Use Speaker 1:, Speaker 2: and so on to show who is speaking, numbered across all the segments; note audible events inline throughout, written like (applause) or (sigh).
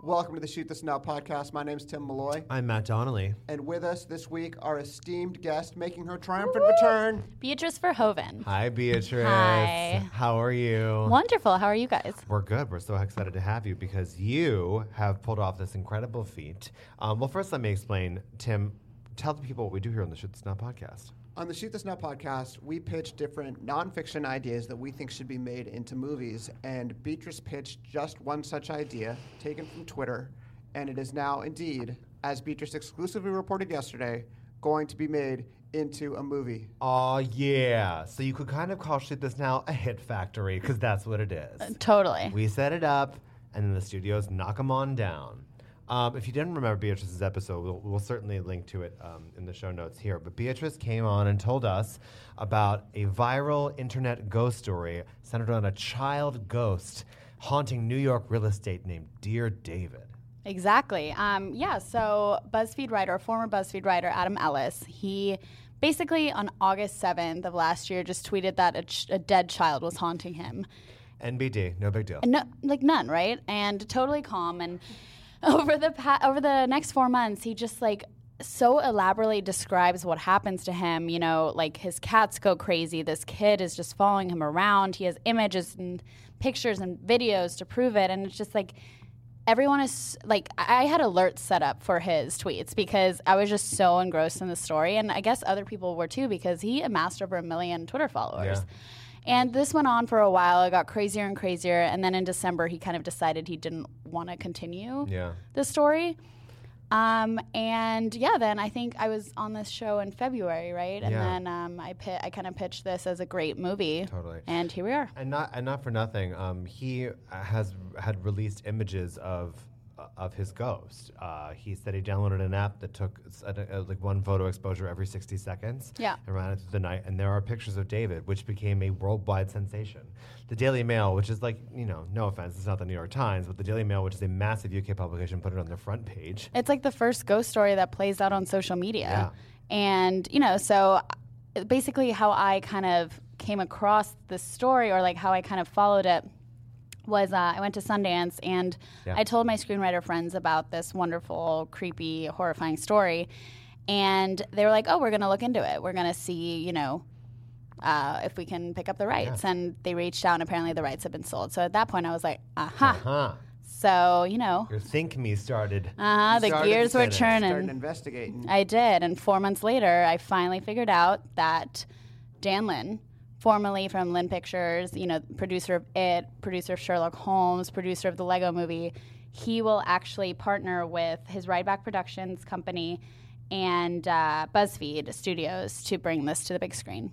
Speaker 1: welcome to the Shoot This Now podcast. My name's Tim Malloy,
Speaker 2: I'm Matt Donnelly.
Speaker 1: and with us this week, our esteemed guest making her triumphant return.
Speaker 3: Beatrice Verhoeven.
Speaker 2: Hi, Beatrice.
Speaker 3: Hi.
Speaker 2: How are you?
Speaker 3: Wonderful. How are you guys?
Speaker 2: We're good. We're so excited to have you because you have pulled off this incredible feat. Um, well, first, let me explain. Tim, tell the people what we do here on the Shoot This Now podcast.
Speaker 1: On the Shoot This Now podcast, we pitch different nonfiction ideas that we think should be made into movies. And Beatrice pitched just one such idea taken from Twitter. And it is now indeed, as Beatrice exclusively reported yesterday, going to be made into a movie.
Speaker 2: Oh, yeah. So you could kind of call Shoot This Now a hit factory because that's what it is.
Speaker 3: Totally.
Speaker 2: We set it up, and then the studios knock them on down. Um, if you didn't remember Beatrice's episode, we'll, we'll certainly link to it um, in the show notes here. But Beatrice came on and told us about a viral internet ghost story centered on a child ghost haunting New York real estate named Dear David.
Speaker 3: Exactly. Um, yeah, so BuzzFeed writer, former BuzzFeed writer Adam Ellis, he basically on August 7th of last year just tweeted that a, ch- a dead child was haunting him.
Speaker 2: NBD, no big deal.
Speaker 3: no, like none, right? And totally calm. And (laughs) over the pa- over the next four months, he just like so elaborately describes what happens to him. You know, like his cats go crazy. This kid is just following him around. He has images and pictures and videos to prove it. And it's just like everyone is like i I had alerts set up for his tweets because i was just so engrossed in the story and i guess other people were too because he amassed over a million twitter followers and this went on for a while it got crazier and crazier and then in december he kind of decided he didn't want to continue
Speaker 2: Yeah.
Speaker 3: the story um, and yeah then i think i was on this show in february right and
Speaker 2: Yeah.
Speaker 3: then um, i, pi- I kind of pitched this as a great movie
Speaker 2: Totally.
Speaker 3: and here we are
Speaker 2: And not and not for nothing, um, he has had released images of uh, of his ghost. Uh, he said he downloaded an app that took s- uh, uh, like one photo exposure every sixty seconds.
Speaker 3: Yeah.
Speaker 2: and ran it through the night. And there are pictures of David, which became a worldwide sensation. The Daily Mail, which is like you know, no offense, it's not the New York Times, but the Daily Mail, which is a massive UK publication, put it on their front page.
Speaker 3: It's like the first ghost story that plays out on social media.
Speaker 2: Yeah.
Speaker 3: And, you know, so uh, basically how I kind of came across the story or like how I kind of followed it was uh, I went to Sundance and
Speaker 2: Yeah.
Speaker 3: I told my screenwriter friends about this wonderful, creepy, horrifying story. And they were like, oh, we're going to look into it. We're going to see, you know, uh, if we can pick up the rights. And they reached out, and apparently the rights had been sold. So at that point, I was like, aha.
Speaker 2: Huh?
Speaker 3: So, you know,
Speaker 2: Uh-huh. Your think me started.
Speaker 3: uh-huh, the
Speaker 1: Started
Speaker 3: gears were
Speaker 2: spinning.
Speaker 3: churning.
Speaker 1: Started investigating.
Speaker 3: I did. And four months later, I finally figured out that Dan Lin, formerly from Lin Pictures, you know, producer of It, producer of Sherlock Holmes, producer of the Lego movie, he will actually partner with his Ride Back Productions company and uh, BuzzFeed Studios to bring this to the big screen.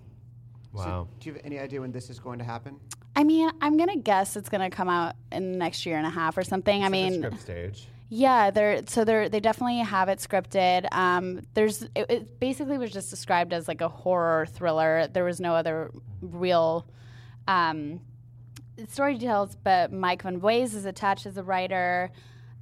Speaker 2: wow.
Speaker 1: Do you have any idea when this is going to happen?
Speaker 3: I mean, I'm going to guess it's going to come out in the next year and a half or something. I
Speaker 2: The
Speaker 3: mean,
Speaker 2: script stage.
Speaker 3: Yeah, they're so they're they definitely have it scripted. Um, there's it, it basically was just described as like a horror thriller. There was no other real um, story details, but Mike Van Ways is attached as a writer.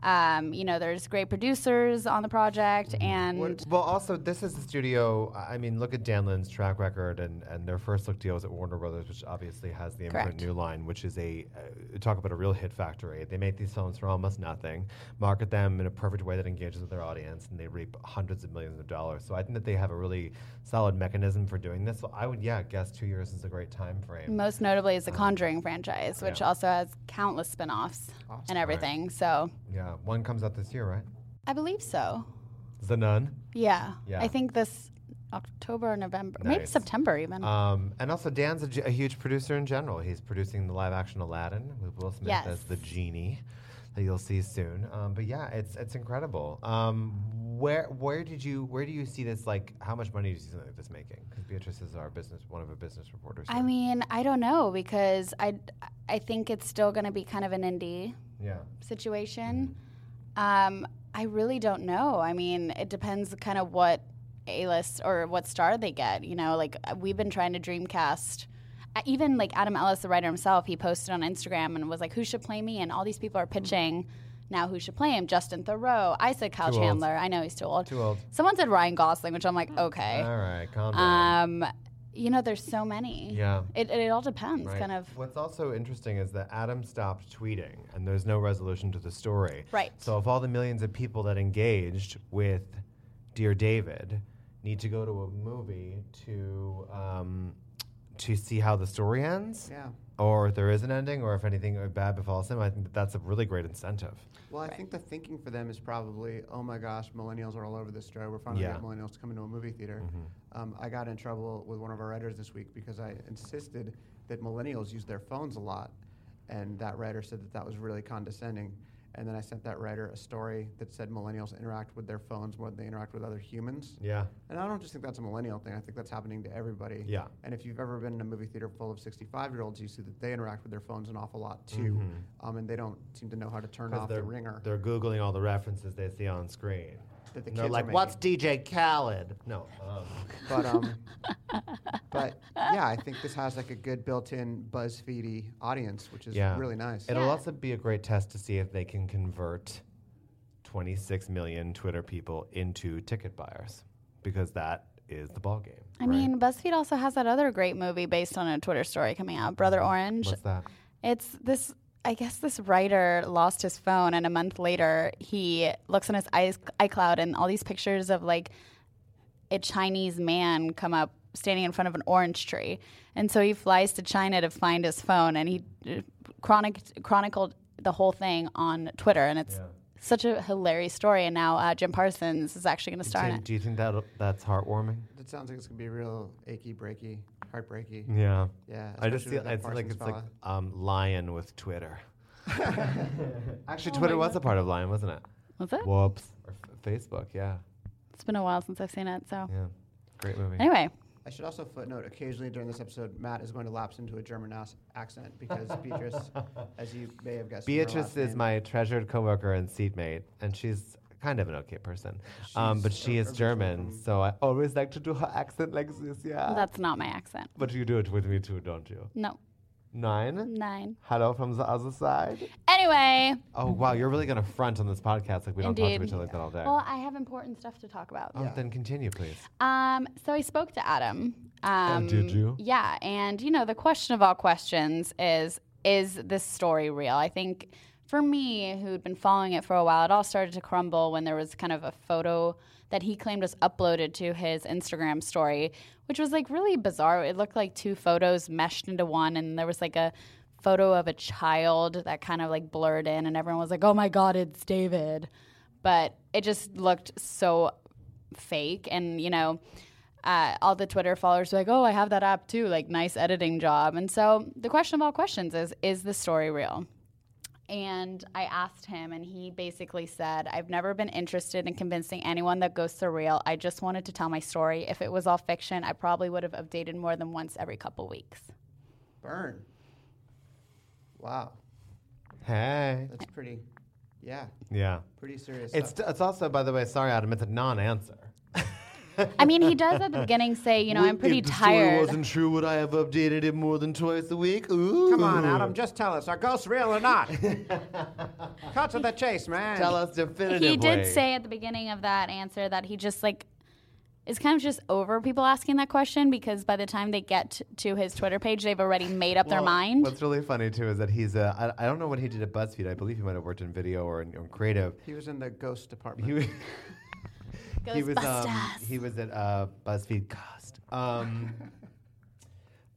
Speaker 3: Um, you know, there's great producers on the project,
Speaker 2: Mm-hmm.
Speaker 3: and
Speaker 2: Well, also, this is the studio. I I mean, look at Dan Lynn's track record and, and their first look deals at Warner Brothers, which obviously has the imprint
Speaker 3: Correct.
Speaker 2: New Line, which is a uh, talk about a real hit factory. They make these films for almost nothing, market them in a perfect way that engages with their audience, and they reap hundreds of millions of dollars. So I think that they have a really solid mechanism for doing this. So I would, yeah, guess two years is a great time frame.
Speaker 3: most notably is the Conjuring franchise, which also has countless spin-offs and everything. So
Speaker 2: Yeah, one comes out this year, right?
Speaker 3: I believe so.
Speaker 2: The Nun.
Speaker 3: Yeah,
Speaker 2: Yeah.
Speaker 3: I think this October, or November, maybe
Speaker 2: Nice.
Speaker 3: September even.
Speaker 2: Um, and also, Dan's a, g- a huge producer in general. He's producing the live action Aladdin with Will Smith
Speaker 3: Yes.
Speaker 2: as the genie that you'll see soon. Um, but yeah, it's it's incredible. Um, where where did you where do you see this? Like, how much money do you see something like this making? Because Beatrice is our business one of our business reporters.
Speaker 3: I
Speaker 2: here.
Speaker 3: mean, I don't know because I I think it's still going to be kind of an indie
Speaker 2: yeah,
Speaker 3: situation.
Speaker 2: Mm-hmm.
Speaker 3: Um, I really don't know. I mean, it depends kind of what A list or what star they get. You know, like uh, we've been trying to dreamcast. Uh, Even like Adam Ellis, the writer himself, he posted on Instagram and was like, "Who should play me?" And all these people
Speaker 2: Mm-hmm.
Speaker 3: are pitching. Now, who should play him? Justin Thoreau. I said Kyle
Speaker 2: Too old.
Speaker 3: Chandler. I know he's too old.
Speaker 2: too Mm-hmm. old.
Speaker 3: Someone said Ryan Gosling, which I'm like, okay.
Speaker 2: All right, calm down.
Speaker 3: Um, You know, there's so many.
Speaker 2: Yeah.
Speaker 3: It, it, all depends,
Speaker 2: Right.
Speaker 3: kind of.
Speaker 2: What's also interesting is that Adam stopped tweeting, and there's no resolution to the story.
Speaker 3: Right.
Speaker 2: So if all the millions of people that engaged with Dear David need to go to a movie to um, to see how the story ends,
Speaker 1: Yeah.
Speaker 2: or if there is an ending, or if anything bad befalls him, I think that that's a really great incentive.
Speaker 1: Well, I think the thinking for them is probably, oh my gosh, millennials are all over this show. We're finally
Speaker 2: Yeah. Mm-hmm.
Speaker 1: getting millennials to come into a movie theater. Um, I got in trouble with one of our writers this week because I insisted that millennials use their phones a lot, and that writer said that that was really condescending. And then I sent that writer a story that said millennials interact with their phones more than they interact with other humans.
Speaker 2: Yeah.
Speaker 1: And I don't just think that's a millennial thing. I think that's happening to everybody.
Speaker 2: Yeah.
Speaker 1: And if you've ever been in a movie theater full of 65 year olds, you see that they interact with their phones an awful lot too.
Speaker 2: Mhm.
Speaker 1: Um, and they don't seem to know how to turn
Speaker 2: 'Cause
Speaker 1: off the ringer.
Speaker 2: They're googling all the references they see on screen.
Speaker 1: That the
Speaker 2: and they're
Speaker 1: kids are
Speaker 2: like,
Speaker 1: making.
Speaker 2: "What's DJ Khaled?" No. Um,
Speaker 1: (laughs) But,
Speaker 2: (laughs)
Speaker 1: um, but yeah, I think this has like a good built in BuzzFeedy audience, which is
Speaker 2: Yeah.
Speaker 1: really nice.
Speaker 2: It'll
Speaker 3: Yeah.
Speaker 2: also be a great test to see if they can convert 26 million Twitter people into ticket buyers because that is the ball game.
Speaker 3: I mean, BuzzFeed also has that other great movie based on a Twitter story coming out, Brother Orange.
Speaker 2: what's that?
Speaker 3: It's this. I guess this writer lost his phone, and a month later, he looks on his i's- iCloud, and all these pictures of like a Chinese man come up standing in front of an orange tree, and so he flies to China to find his phone, and he uh, chronic- chronicled the whole thing on Twitter, and it's such a hilarious story. And now uh, Jim Parsons is actually going to star in
Speaker 2: Tim,
Speaker 3: it.
Speaker 2: do you think that that's heartwarming?
Speaker 1: That sounds like it's going to be real achy, breaky, heartbreaky.
Speaker 2: Yeah.
Speaker 1: Yeah.
Speaker 2: Mm. I just
Speaker 1: especially
Speaker 2: feel
Speaker 1: with that
Speaker 2: I feel like
Speaker 1: Parsons
Speaker 2: it's like
Speaker 1: fella.
Speaker 2: um, Lion with Twitter. Actually,
Speaker 3: Oh
Speaker 2: Twitter
Speaker 3: my
Speaker 2: was a part of Lion, wasn't it?
Speaker 3: Was it?
Speaker 2: Whoops. Or f- Facebook, yeah.
Speaker 3: It's been a while since I've seen it. So
Speaker 2: Yeah. Great movie.
Speaker 3: anyway,
Speaker 1: I should also footnote occasionally during this episode, Matt is going to lapse into a German ac- accent
Speaker 2: (laughs)
Speaker 1: because Beatrice, as you may have guessed, from her
Speaker 2: Beatrice
Speaker 1: last
Speaker 2: is
Speaker 1: name,
Speaker 2: my treasured coworker and seatmate, and she's kind of an okay person. Um,
Speaker 1: She's
Speaker 2: but she is
Speaker 1: originally
Speaker 2: German,
Speaker 1: from-
Speaker 2: so I always like to do her accent like this, yeah.
Speaker 3: that's not my accent.
Speaker 2: but you do it with me too, don't you?
Speaker 3: No,
Speaker 2: Nine.
Speaker 3: nine.
Speaker 2: Hello from the other side.
Speaker 3: Anyway.
Speaker 2: Oh wow, you're really gonna front on this podcast like we don't talk to
Speaker 3: Indeed.
Speaker 2: each other like that all day.
Speaker 3: Well, I have important stuff to talk about.
Speaker 2: oh,
Speaker 1: Yeah.
Speaker 2: then continue, please.
Speaker 3: Um, so I spoke to Adam. Um,
Speaker 2: Oh, did you?
Speaker 3: Yeah, and you know the question of all questions is: Is this story real? I think for me, who had been following it for a while, it all started to crumble when there was kind of a photo that he claimed was uploaded to his Instagram story, which was like really bizarre. It looked like two photos meshed into one, and there was like a photo of a child that kind of like blurred in, and everyone was like, "Oh my God, it's David." But it just looked so fake and you know uh, all the twitter followers were like oh i have that app too like nice editing job and so the question of all questions is is the story real and i asked him and he basically said i've never been interested in convincing anyone that ghosts are real i just wanted to tell my story if it was all fiction i probably would have updated more than once every couple weeks
Speaker 1: Burn. Wow,
Speaker 2: Hey.
Speaker 1: that's pretty. Yeah,
Speaker 2: Yeah.
Speaker 1: pretty serious.
Speaker 2: It's
Speaker 1: stuff.
Speaker 2: it's also by the way, sorry Adam, it's a non-answer.
Speaker 3: i mean he does at the beginning say you know i'm pretty tired
Speaker 2: true, would I have updated it more than twice a week? Ooh.
Speaker 1: Come on, Adam, just tell us: are ghosts real or
Speaker 2: (laughs)
Speaker 1: not? Cut to the chase, man.
Speaker 2: Tell us definitively.
Speaker 3: he did say at the beginning of that answer that he just like is kind of just over people asking that question because by the time they get t- to his Twitter page, they've already made up their
Speaker 2: Well,
Speaker 3: mind.
Speaker 2: What's really funny too is that he's a. I, I don't know what he did at BuzzFeed. I believe he might have worked in video or in, or creative.
Speaker 1: He was in the ghost department.
Speaker 2: He was. (laughs) he was. Um,
Speaker 3: Ghostbusters.
Speaker 2: he was at uh, BuzzFeed Cost. Um,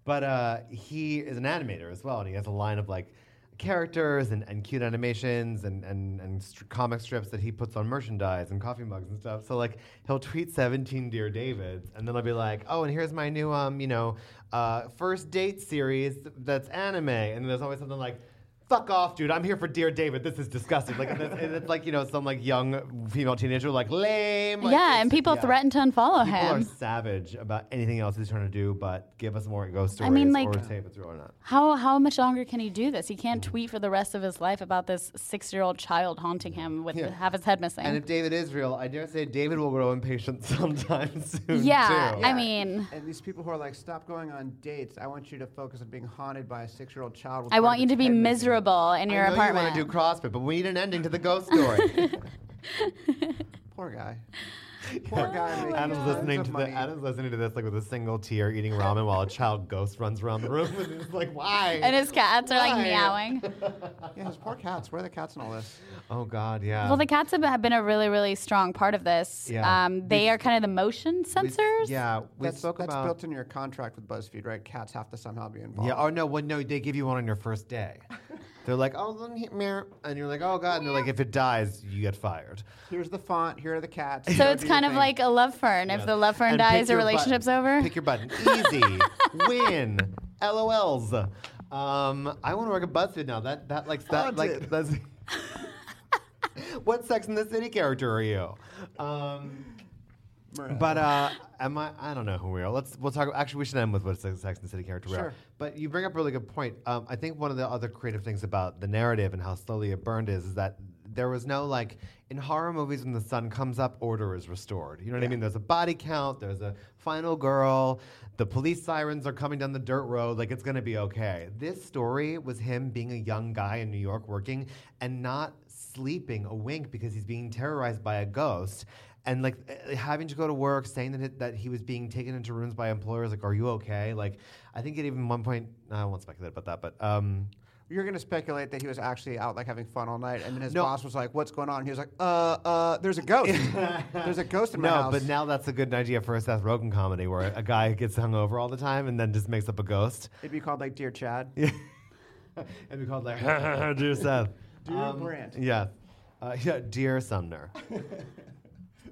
Speaker 2: but uh, he is an animator as well, and he has a line of like characters and, and cute animations and and and st- comic strips that he puts on merchandise and coffee mugs and stuff. So like he'll tweet seventeen Dear Davids, and then I'll be like, oh, and here's my new um you know uh, first date series that's anime, and there's always something like. Fuck off, dude! I'm here for Dear David. This is disgusting. Like, and it's, and it's like you know, some like young female teenager, like lame. like,
Speaker 3: yeah,
Speaker 2: it's-
Speaker 3: and people
Speaker 2: yeah.
Speaker 3: threaten to unfollow
Speaker 2: People are
Speaker 3: him.
Speaker 2: savage about anything else he's trying to do, but give us more ghost stories
Speaker 3: I mean, like-
Speaker 2: or say if it's real or not.
Speaker 3: How how much longer can he do this? He can't tweet for the rest of his life about this six year old child haunting him with
Speaker 2: Yeah.
Speaker 3: half his head missing.
Speaker 2: And if David is real, I dare say David will grow impatient (laughs) sometime soon.
Speaker 3: yeah,
Speaker 2: too.
Speaker 3: I mean,
Speaker 1: And these people who are like, stop going on dates. I want you to focus on being haunted by a six-year-old child. with
Speaker 3: I want you
Speaker 1: Brendan's
Speaker 3: to be
Speaker 1: head missing.
Speaker 3: miserable in
Speaker 2: I
Speaker 3: your
Speaker 2: know
Speaker 3: apartment.
Speaker 2: You want
Speaker 3: (laughs)
Speaker 2: to do CrossFit, but we need an ending to the ghost story. (laughs)
Speaker 1: Poor guy. Poor guy making
Speaker 2: Adam's
Speaker 1: tons
Speaker 2: listening
Speaker 1: of
Speaker 2: to
Speaker 1: money.
Speaker 2: the Adam's listening to this like with a single tear, eating ramen while a child ghost runs around the room. (laughs) and it's like, why?
Speaker 3: And his cats are like
Speaker 2: Why?
Speaker 3: meowing.
Speaker 1: Yeah, his poor cats. Where are the cats in all this?
Speaker 2: oh God, yeah.
Speaker 3: Well, the cats have- have been a really, really strong part of this.
Speaker 2: Yeah.
Speaker 3: Um, they are kind of the motion
Speaker 2: We-
Speaker 3: sensors.
Speaker 2: Yeah, we
Speaker 1: that's
Speaker 2: spoke
Speaker 1: that's
Speaker 2: about.
Speaker 1: built in your contract with BuzzFeed, right? Cats have to somehow be involved.
Speaker 2: yeah. Oh no. Well, no. They give you one on your first day. They're like, oh, let me hit mirror, and you're like, oh God, and they're like, if it dies, you get fired.
Speaker 1: Here's the font. Here are the
Speaker 2: (laughs)
Speaker 1: cats.
Speaker 3: So
Speaker 1: go
Speaker 3: it's
Speaker 1: do your
Speaker 3: kind of
Speaker 1: thing.
Speaker 3: like a love fern. If the love fern
Speaker 2: And pick
Speaker 3: dies, the
Speaker 2: your
Speaker 3: relationship's
Speaker 2: button.
Speaker 3: over.
Speaker 2: Pick your
Speaker 3: (laughs)
Speaker 2: button. Easy. Win. LOLs. Um, I want to work at BuzzFeed now. That that like that like
Speaker 1: Haunted.
Speaker 2: that's. (laughs) what Sex in the City character are you? Um,
Speaker 1: Miranda.
Speaker 2: but uh, am I? I don't know who we are. Let's we'll talk. Actually, we should end with what Sex Sex and the City character we are.
Speaker 1: Sure.
Speaker 2: But you bring up a really good point. Um, I think one of the other creative things about the narrative and how slowly it burned is, is that there was no like in horror movies when the sun comes up, order is restored. You know what I mean? There's a body count. There's a final girl. The police sirens are coming down the dirt road. Like it's gonna be okay. This story was him being a young guy in New York working and not sleeping a wink because he's being terrorized by a ghost and like eh, having to go to work, saying that it, that he was being taken into rooms by employers. Like, are you okay? Like, I think at even one point, I won't speculate about that, but um,
Speaker 1: You're going to speculate that he was actually out like having fun all night, and then his
Speaker 2: No.
Speaker 1: boss was like, "What's going on?" And he was like, "Uh, uh, there's a
Speaker 2: (laughs)
Speaker 1: ghost. there's a ghost in my
Speaker 2: no.
Speaker 1: house."
Speaker 2: But now that's a good idea for a Seth Rogen comedy where a guy gets hung over all the time and then just makes up a ghost
Speaker 1: it'd be called like "Dear Chad."
Speaker 2: and we called like (laughs) dear Seth, Um,
Speaker 1: Dear Brant.
Speaker 2: yeah, uh, yeah, dear (laughs) Sumner.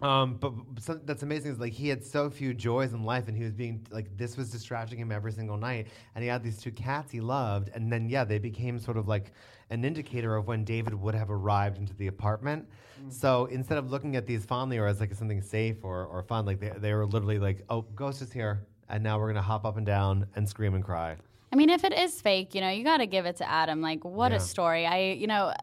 Speaker 2: Um, but but some, that's amazing is like he had so few joys in life, and he was being like this was distracting him every single night. And he had these two cats he loved, and then yeah, they became sort of like an indicator of when David would have arrived into the apartment. So instead of looking at these fondly or as like something safe or, or fun, like they, they were literally like, oh, ghost is here, and now we're gonna hop up and down and scream and cry.
Speaker 3: I mean, if it is fake, you know, you got to give it to Adam. Like, what
Speaker 2: Yeah.
Speaker 3: a story! I, you know,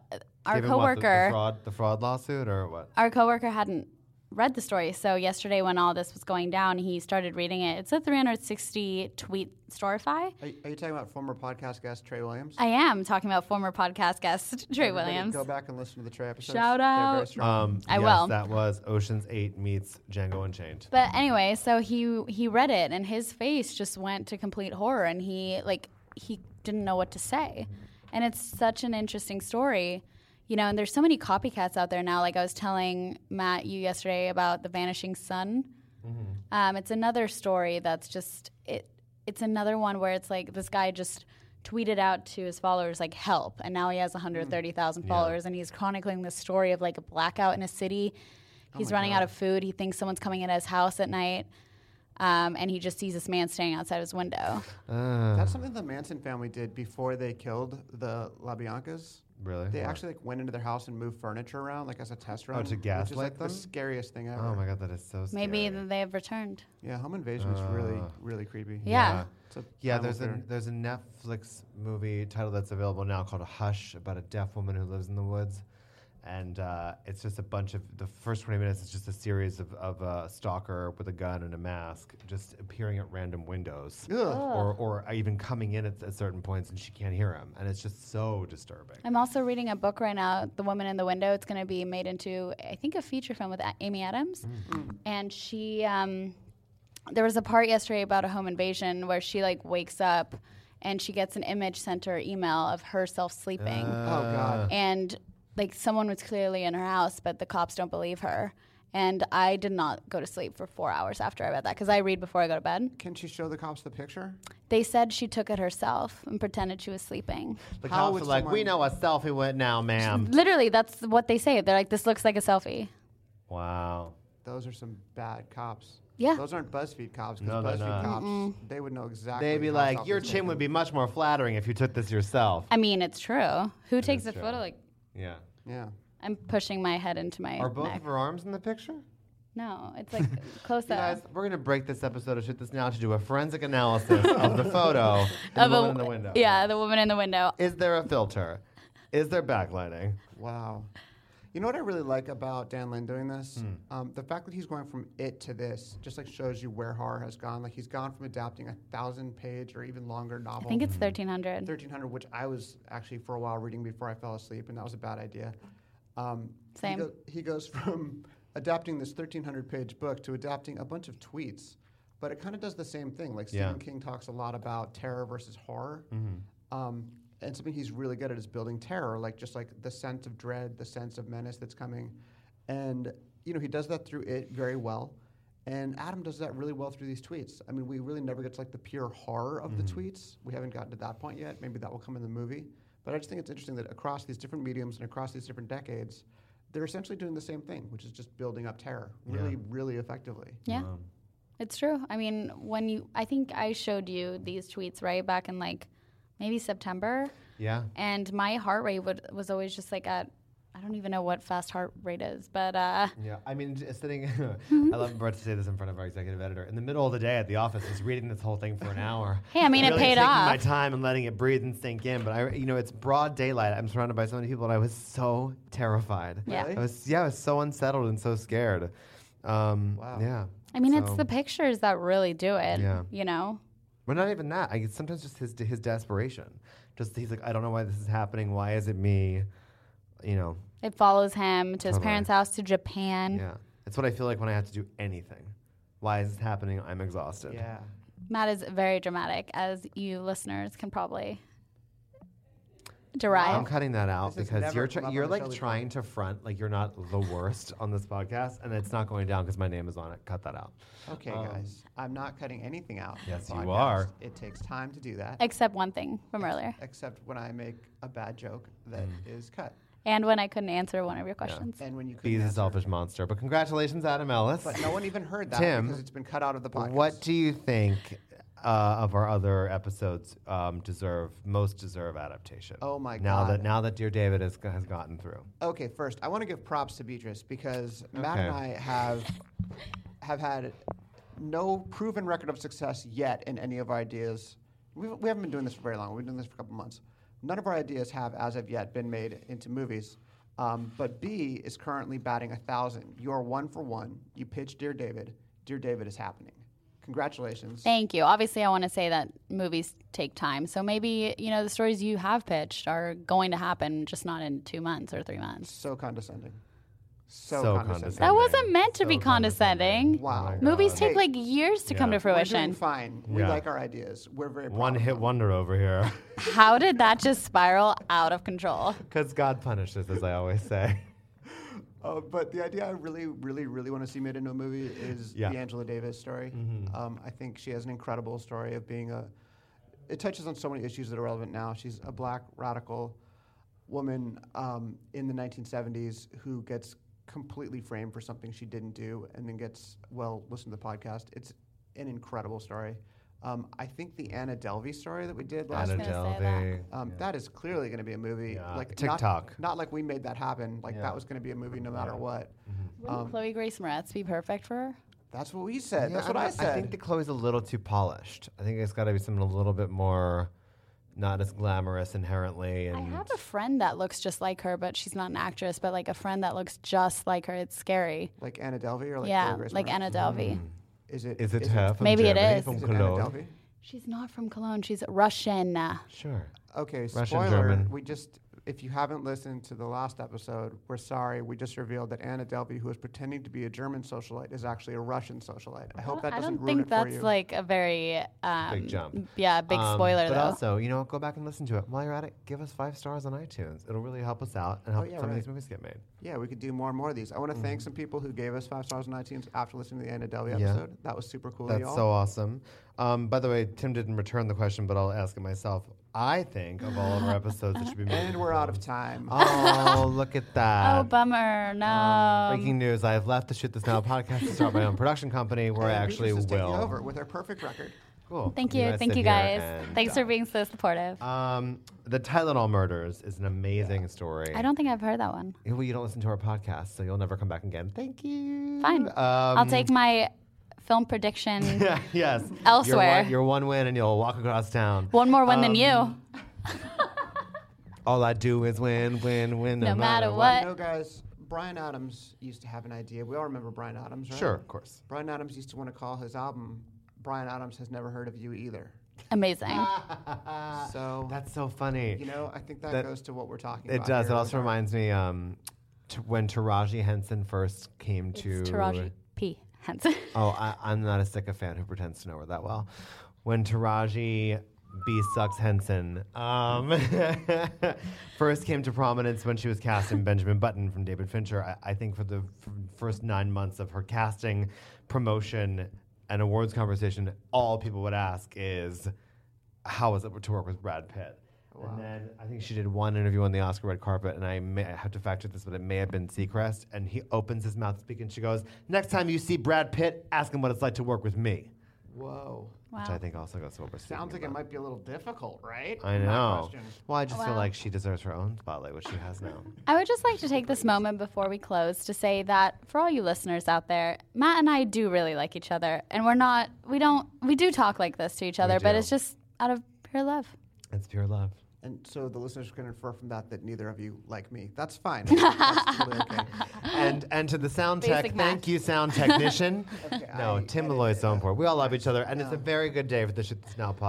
Speaker 3: our
Speaker 2: Given what, the- the
Speaker 3: coworker,
Speaker 2: fraud, the fraud lawsuit, or what?
Speaker 3: our coworker hadn't read the story. So yesterday, when all this was going down, he started reading it. It's a 360 tweet storify.
Speaker 1: Are, are you talking about former podcast guest Trey Williams?
Speaker 3: I am talking about former podcast guest (laughs) Trey
Speaker 1: Everybody
Speaker 3: Williams.
Speaker 1: Go back and listen to the Trey episodes.
Speaker 3: Shout
Speaker 1: They're very
Speaker 3: out.
Speaker 1: strong.
Speaker 2: Um,
Speaker 3: I
Speaker 2: yes,
Speaker 3: will.
Speaker 2: That was Ocean's Eight meets Django Unchained.
Speaker 3: But anyway, so he he read it and his face just went to complete horror and he like he didn't know what to say. And it's such an interesting story. You know, and there's so many copycats out there now. Like I was telling Matt you yesterday about the Vanishing Sun. Um, it's another story that's just it. It's another one where it's like this guy just tweeted out to his followers like help, and now he has 130,000 followers, and he's chronicling this story of like a blackout in a city. He's running out of food. He thinks someone's coming into his house at night, um, and he just sees this man standing outside his window.
Speaker 2: Uh,
Speaker 1: That's something the Manson family did before they killed the LaBiancas.
Speaker 2: Really?
Speaker 1: They
Speaker 2: Wow.
Speaker 1: actually like went into their house and moved furniture around, like as a test run. which is,
Speaker 2: Oh, gaslight
Speaker 1: like,
Speaker 2: them?
Speaker 1: The scariest thing ever.
Speaker 2: Oh my god, that is so scary.
Speaker 3: Maybe they have returned.
Speaker 1: Yeah, home invasion is really, really creepy.
Speaker 3: Yeah.
Speaker 1: It's a
Speaker 2: Uh, Yeah,
Speaker 1: primal
Speaker 2: there's a
Speaker 1: fear.
Speaker 2: there's a Netflix movie title that's available now called Hush about a deaf woman who lives in the woods, and uh, it's just a bunch of the first twenty minutes is just a series of of a stalker with a gun and a mask just appearing at random windows,
Speaker 1: Ugh.
Speaker 2: or or even coming in at, at certain points and she can't hear him, and it's just so disturbing.
Speaker 3: I'm also reading a book right now, The Woman in the Window. It's going to be made into, I think, a feature film with A- Amy Adams. And she, um, there was a part yesterday about a home invasion where she like wakes up and she gets an image sent to her email of herself sleeping.
Speaker 1: Oh god.
Speaker 3: and like someone was clearly in her house, but the cops don't believe her. And I did not go to sleep for four hours after I read that because I read before I go to bed.
Speaker 1: Can she show the cops the picture?
Speaker 3: They said she took it herself and pretended she was sleeping.
Speaker 2: The
Speaker 1: How
Speaker 2: cops
Speaker 1: would
Speaker 2: are like, we
Speaker 1: someone-
Speaker 2: know a selfie went now, ma'am.
Speaker 3: Literally, that's what they say. They're like, this looks like a selfie.
Speaker 2: (laughs) wow.
Speaker 1: Those are some bad cops.
Speaker 3: Yeah.
Speaker 1: Those aren't BuzzFeed cops
Speaker 2: No,
Speaker 1: because
Speaker 2: they're
Speaker 1: BuzzFeed
Speaker 2: not.
Speaker 1: cops they would know exactly.
Speaker 2: They'd be
Speaker 1: how
Speaker 2: like,
Speaker 1: selfies
Speaker 2: your
Speaker 1: they
Speaker 2: chin
Speaker 1: do.
Speaker 2: would be much more flattering if you took this yourself.
Speaker 3: I mean, it's true. Who takes
Speaker 2: is
Speaker 3: a
Speaker 2: true.
Speaker 3: photo? Like,
Speaker 2: Yeah.
Speaker 1: Yeah.
Speaker 3: I'm pushing my head into my
Speaker 2: Are both
Speaker 3: neck.
Speaker 2: of her arms in the picture?
Speaker 3: No, it's like
Speaker 2: (laughs)
Speaker 3: close
Speaker 2: You
Speaker 3: up.
Speaker 2: guys, we're going to break this episode of Shoot This Now to do a
Speaker 1: (laughs)
Speaker 2: forensic analysis of the photo of
Speaker 3: Of
Speaker 2: the
Speaker 3: a-
Speaker 2: woman in the window.
Speaker 3: Yeah, the woman in the window.
Speaker 2: Is there a filter? Is there backlighting?
Speaker 1: Wow. You know what I really like about Dan Lin doing this?
Speaker 2: Hmm.
Speaker 1: Um, the fact that he's going from it to this just like shows you where horror has gone. Like he's gone from adapting a thousand page or even longer
Speaker 3: I
Speaker 1: novel.
Speaker 3: think it's 1300.
Speaker 1: 1300, which I was actually for a while reading before I fell asleep, and that was a bad idea. Um,
Speaker 3: Same.
Speaker 1: He, go- he goes from (laughs) adapting this 1,300 page book to adapting a bunch of tweets, but it kind of does the same thing. Like
Speaker 2: Yeah.
Speaker 1: Stephen King talks a lot about terror versus horror.
Speaker 2: Mm-hmm.
Speaker 1: Um, and something he's really good at is building terror, like just like the sense of dread, the sense of menace that's coming. And, you know, he does that through it very well. And Adam does that really well through these tweets. I mean, we really never get to like the pure horror of
Speaker 2: Mm-hmm.
Speaker 1: the tweets. We haven't gotten to that point yet. Maybe that will come in the movie. But I just think it's interesting that across these different mediums and across these different decades, they're essentially doing the same thing, which is just building up terror really, really effectively.
Speaker 3: Yeah.
Speaker 2: Wow.
Speaker 3: It's true. I mean, when you, I think I showed you these tweets right back in like maybe September,
Speaker 2: Yeah.
Speaker 3: and my heart rate would, was always just like at, I don't even know what fast heart rate is, but uh,
Speaker 2: Yeah, I mean, j- sitting. (laughs)
Speaker 1: Mm-hmm.
Speaker 2: I love Brett to say this in front of our executive editor in the middle of the day at the office, just reading this whole thing for an hour.
Speaker 3: Hey, I mean, it
Speaker 2: really
Speaker 3: paid
Speaker 2: taking My
Speaker 3: off.
Speaker 2: time and letting it breathe and sink in, but I, you know, it's broad daylight. I'm surrounded by so many people, and I was so terrified.
Speaker 3: Yeah.
Speaker 1: Really?
Speaker 2: I was. Yeah, I was so unsettled and so scared. Um,
Speaker 1: Wow.
Speaker 2: Yeah.
Speaker 3: I mean,
Speaker 2: So-
Speaker 3: it's the pictures that really do it,
Speaker 2: Yeah.
Speaker 3: you know?
Speaker 2: Well, not even that. I it's sometimes just his his desperation. Just he's like, I don't know why this is happening. Why is it me? You know.
Speaker 3: It follows him to his
Speaker 2: Totally.
Speaker 3: parents' house to Japan.
Speaker 2: Yeah. It's what I feel like when I have to do anything. Why is this happening? I'm exhausted.
Speaker 1: Yeah.
Speaker 3: Matt is very dramatic, as you listeners can probably derive.
Speaker 2: I'm cutting that out
Speaker 1: This has
Speaker 2: because
Speaker 1: never
Speaker 2: you're
Speaker 1: come
Speaker 2: try
Speaker 1: up
Speaker 2: you're
Speaker 1: on the
Speaker 2: like
Speaker 1: show before.
Speaker 2: trying to front like you're not the worst on this podcast, and it's not going down because my name is on it. Cut that out.
Speaker 1: Okay,
Speaker 2: Um,
Speaker 1: guys. I'm not cutting anything out. of the
Speaker 2: Yes, you
Speaker 1: podcast.
Speaker 2: are.
Speaker 1: It takes time to do that,
Speaker 3: Except one thing from earlier,
Speaker 1: except when I make a bad joke that
Speaker 2: Mm.
Speaker 1: is cut.
Speaker 3: and when I couldn't answer one of your questions.
Speaker 1: And when you could
Speaker 2: He's a selfish monster. But congratulations, Adam Ellis.
Speaker 1: But no one even heard that
Speaker 2: Tim,
Speaker 1: because it's been cut out of the podcast.
Speaker 2: What do you think uh, of our other episodes um, deserve most deserve adaptation?
Speaker 1: Oh my
Speaker 2: Now that
Speaker 1: God.
Speaker 2: now that Dear David has, has gotten through.
Speaker 1: Okay, first I want to give props to Beatrice because Matt
Speaker 2: Okay.
Speaker 1: and I have have had no proven record of success yet in any of our ideas. We've, we haven't been doing this for very long. We've been doing this for a couple months. None of our ideas have, as of yet, been made into movies. Um, but B is currently batting a thousand. You are one for one. You pitched Dear David. Dear David is happening. Congratulations.
Speaker 3: Thank you. Obviously, I want to say that movies take time. So maybe, you know, the stories you have pitched are going to happen, just not in two months or three months.
Speaker 1: So condescending. So,
Speaker 2: So
Speaker 1: condescending.
Speaker 2: condescending.
Speaker 3: That wasn't meant to
Speaker 2: So
Speaker 3: be condescending.
Speaker 2: condescending.
Speaker 1: Wow.
Speaker 2: my
Speaker 3: Movies
Speaker 2: God.
Speaker 3: take
Speaker 1: Hey,
Speaker 3: like years to
Speaker 2: Yeah.
Speaker 3: come to
Speaker 1: We're doing
Speaker 3: fruition.
Speaker 1: fine. We
Speaker 2: Yeah.
Speaker 1: like our ideas. We're very proud
Speaker 2: One
Speaker 1: of
Speaker 2: hit
Speaker 1: them.
Speaker 2: wonder over here. (laughs)
Speaker 3: How did that just spiral out of control?
Speaker 2: Because God punishes, as I always say.
Speaker 1: Uh, but the idea I really, really, really want to see made into a movie is
Speaker 2: Yeah. Mm-hmm.
Speaker 1: the Angela Davis story. Um, I think she has an incredible story of being a. It touches on so many issues that are relevant now. She's a black radical woman um, in the 1970s who gets completely framed for something she didn't do and then gets, well, listen to the podcast. It's an incredible story. Um, I think the Anna Delvey story that we did last
Speaker 2: Anna
Speaker 3: gonna say
Speaker 2: Delvey.
Speaker 1: um, That is clearly going to be a movie.
Speaker 2: Yeah.
Speaker 1: Like
Speaker 2: TikTok.
Speaker 1: Not, not like we made that happen. Like
Speaker 2: Yeah. Mm-hmm.
Speaker 1: that was going to be a movie no matter what.
Speaker 3: Wouldn't
Speaker 1: Um,
Speaker 3: Chloe Grace Moretz be perfect for her?
Speaker 1: That's what we said.
Speaker 2: Yeah,
Speaker 1: That's what
Speaker 2: don't-
Speaker 1: I said.
Speaker 2: I think that Chloe's a little too polished. I think it's got to be something a little bit more, not as glamorous inherently. And
Speaker 3: I
Speaker 1: Mm.
Speaker 3: have a friend that looks just like her, but she's not an actress, but like a friend that looks just like her. It's scary.
Speaker 1: like Anna Delvey or like
Speaker 3: yeah,
Speaker 1: Chloe Grace
Speaker 3: like
Speaker 1: Moretz? Mm.
Speaker 3: Anna Delvey.
Speaker 1: Is it?
Speaker 2: is it her from
Speaker 3: Maybe it
Speaker 2: Germany,
Speaker 3: is.
Speaker 2: From
Speaker 1: Is it Anna
Speaker 2: Cologne?
Speaker 1: Delvey?
Speaker 3: She's not from Cologne. She's Russian.
Speaker 2: Sure.
Speaker 1: Okay.
Speaker 2: Russian,
Speaker 1: spoiler.
Speaker 2: German.
Speaker 1: We just. If you haven't listened to the last episode, we're sorry. We just revealed that Anna Delvey, who is pretending to be a German socialite, is actually a Russian socialite. I hope that
Speaker 3: I
Speaker 1: doesn't
Speaker 3: don't
Speaker 1: ruin
Speaker 3: think
Speaker 1: it
Speaker 3: that's
Speaker 1: for you.
Speaker 3: like a very um,
Speaker 2: Big jump.
Speaker 3: Yeah, big
Speaker 2: Um,
Speaker 3: spoiler
Speaker 2: but
Speaker 3: though.
Speaker 2: also, you know, what, go back and listen to it. While you're at it, give us five stars on iTunes. It'll really help us out and help
Speaker 1: Oh, yeah,
Speaker 2: some of
Speaker 1: right.
Speaker 2: these movies get made.
Speaker 1: yeah, we could do more and more of these. I want to thank some people who gave us five stars on iTunes after listening to the Anna Delvey
Speaker 2: Mm-hmm. Yeah.
Speaker 1: episode. That was super cool,
Speaker 2: That's
Speaker 1: y'all.
Speaker 2: so awesome. Um, by the way, Tim didn't return the question, but I'll ask it myself. I think of all of
Speaker 3: (laughs)
Speaker 2: our episodes that should be made.
Speaker 1: and we're out of time.
Speaker 2: Oh, look at that.
Speaker 3: (laughs) oh bummer, no.
Speaker 1: Um,
Speaker 2: Breaking news: I've left the Shoot This Now podcast to start my own production company, (laughs) where I
Speaker 1: And
Speaker 2: actually
Speaker 1: Beatrice is taking
Speaker 2: will.
Speaker 1: over with our perfect record.
Speaker 2: Cool.
Speaker 3: Thank you,
Speaker 2: guys
Speaker 3: thank
Speaker 2: sit
Speaker 3: you
Speaker 2: here
Speaker 3: guys.
Speaker 2: and-
Speaker 3: Thanks for being so supportive.
Speaker 2: Um, the Tylenol murders is an amazing story.
Speaker 3: I don't think I've heard that one.
Speaker 2: Well, you don't listen to our podcast, so you'll never come back again. Thank you.
Speaker 3: Fine,
Speaker 2: Um, (laughs)
Speaker 3: I'll take my film (laughs) prediction.
Speaker 2: yes.
Speaker 3: Elsewhere.
Speaker 2: Your one, your one win, and you'll walk across town.
Speaker 3: one more win than
Speaker 2: Um,
Speaker 3: you.
Speaker 2: All I do is win, win, win, no,
Speaker 3: No matter
Speaker 1: I
Speaker 3: what.
Speaker 1: know, guys, Brian Adams used to have an idea. We all remember Brian Adams, right?
Speaker 2: Sure, of course.
Speaker 1: Brian Adams used to want to call his album Brian Adams Has Never Heard of You Either.
Speaker 3: Amazing.
Speaker 1: so,
Speaker 2: (laughs) That's so funny.
Speaker 1: you know, I think that,
Speaker 2: that-
Speaker 1: goes to what we're talking
Speaker 2: It
Speaker 1: about.
Speaker 2: does. It
Speaker 1: here
Speaker 2: also
Speaker 1: with our-
Speaker 2: reminds me. Um, t- when Taraji Henson first came to
Speaker 3: It's Taraji P. Henson. (laughs)
Speaker 2: Oh, I, I'm not a sycophant who pretends to know her that well. When Taraji B sucks Henson um, (laughs) first came to prominence when she was cast in Benjamin Button from David Fincher, I, I think for the f- first nine months of her casting, promotion, and awards conversation, all people would ask is, "How was it to work with Brad Pitt?" And then I think she did one interview on the Oscar red carpet, and I, may, I have to fact check this, but it may have been Seacrest. And he opens his mouth to speak, and she goes, "Next time you see Brad Pitt, ask him what it's like to work with me,"
Speaker 1: Whoa.
Speaker 3: wow.
Speaker 2: which I think also goes over.
Speaker 1: Sounds like it might be a little difficult, right?
Speaker 2: I
Speaker 1: That
Speaker 2: know.
Speaker 1: question.
Speaker 2: Well, I just feel
Speaker 3: Wow.
Speaker 2: like she deserves her own spotlight, which she has
Speaker 3: (laughs)
Speaker 2: now.
Speaker 3: I would just like to take this moment before we close to say that for all you listeners out there, Matt and I do really like each other, and we're not, we don't, we do talk like this to each other, but
Speaker 2: do.
Speaker 3: it's just out of pure love.
Speaker 2: It's pure
Speaker 3: (laughs)
Speaker 2: love.
Speaker 1: And so the listeners can infer from that that neither of you like me. That's fine. That's totally okay.
Speaker 2: And and to the sound tech,
Speaker 3: Basic
Speaker 2: thank
Speaker 3: math.
Speaker 2: you,
Speaker 3: (laughs)
Speaker 2: sound technician.
Speaker 1: Okay,
Speaker 2: no,
Speaker 1: I edited
Speaker 2: Tim Malloy
Speaker 1: it.
Speaker 2: Soundport. We all love each other, and it's a very good day for the Shit That's Now podcast.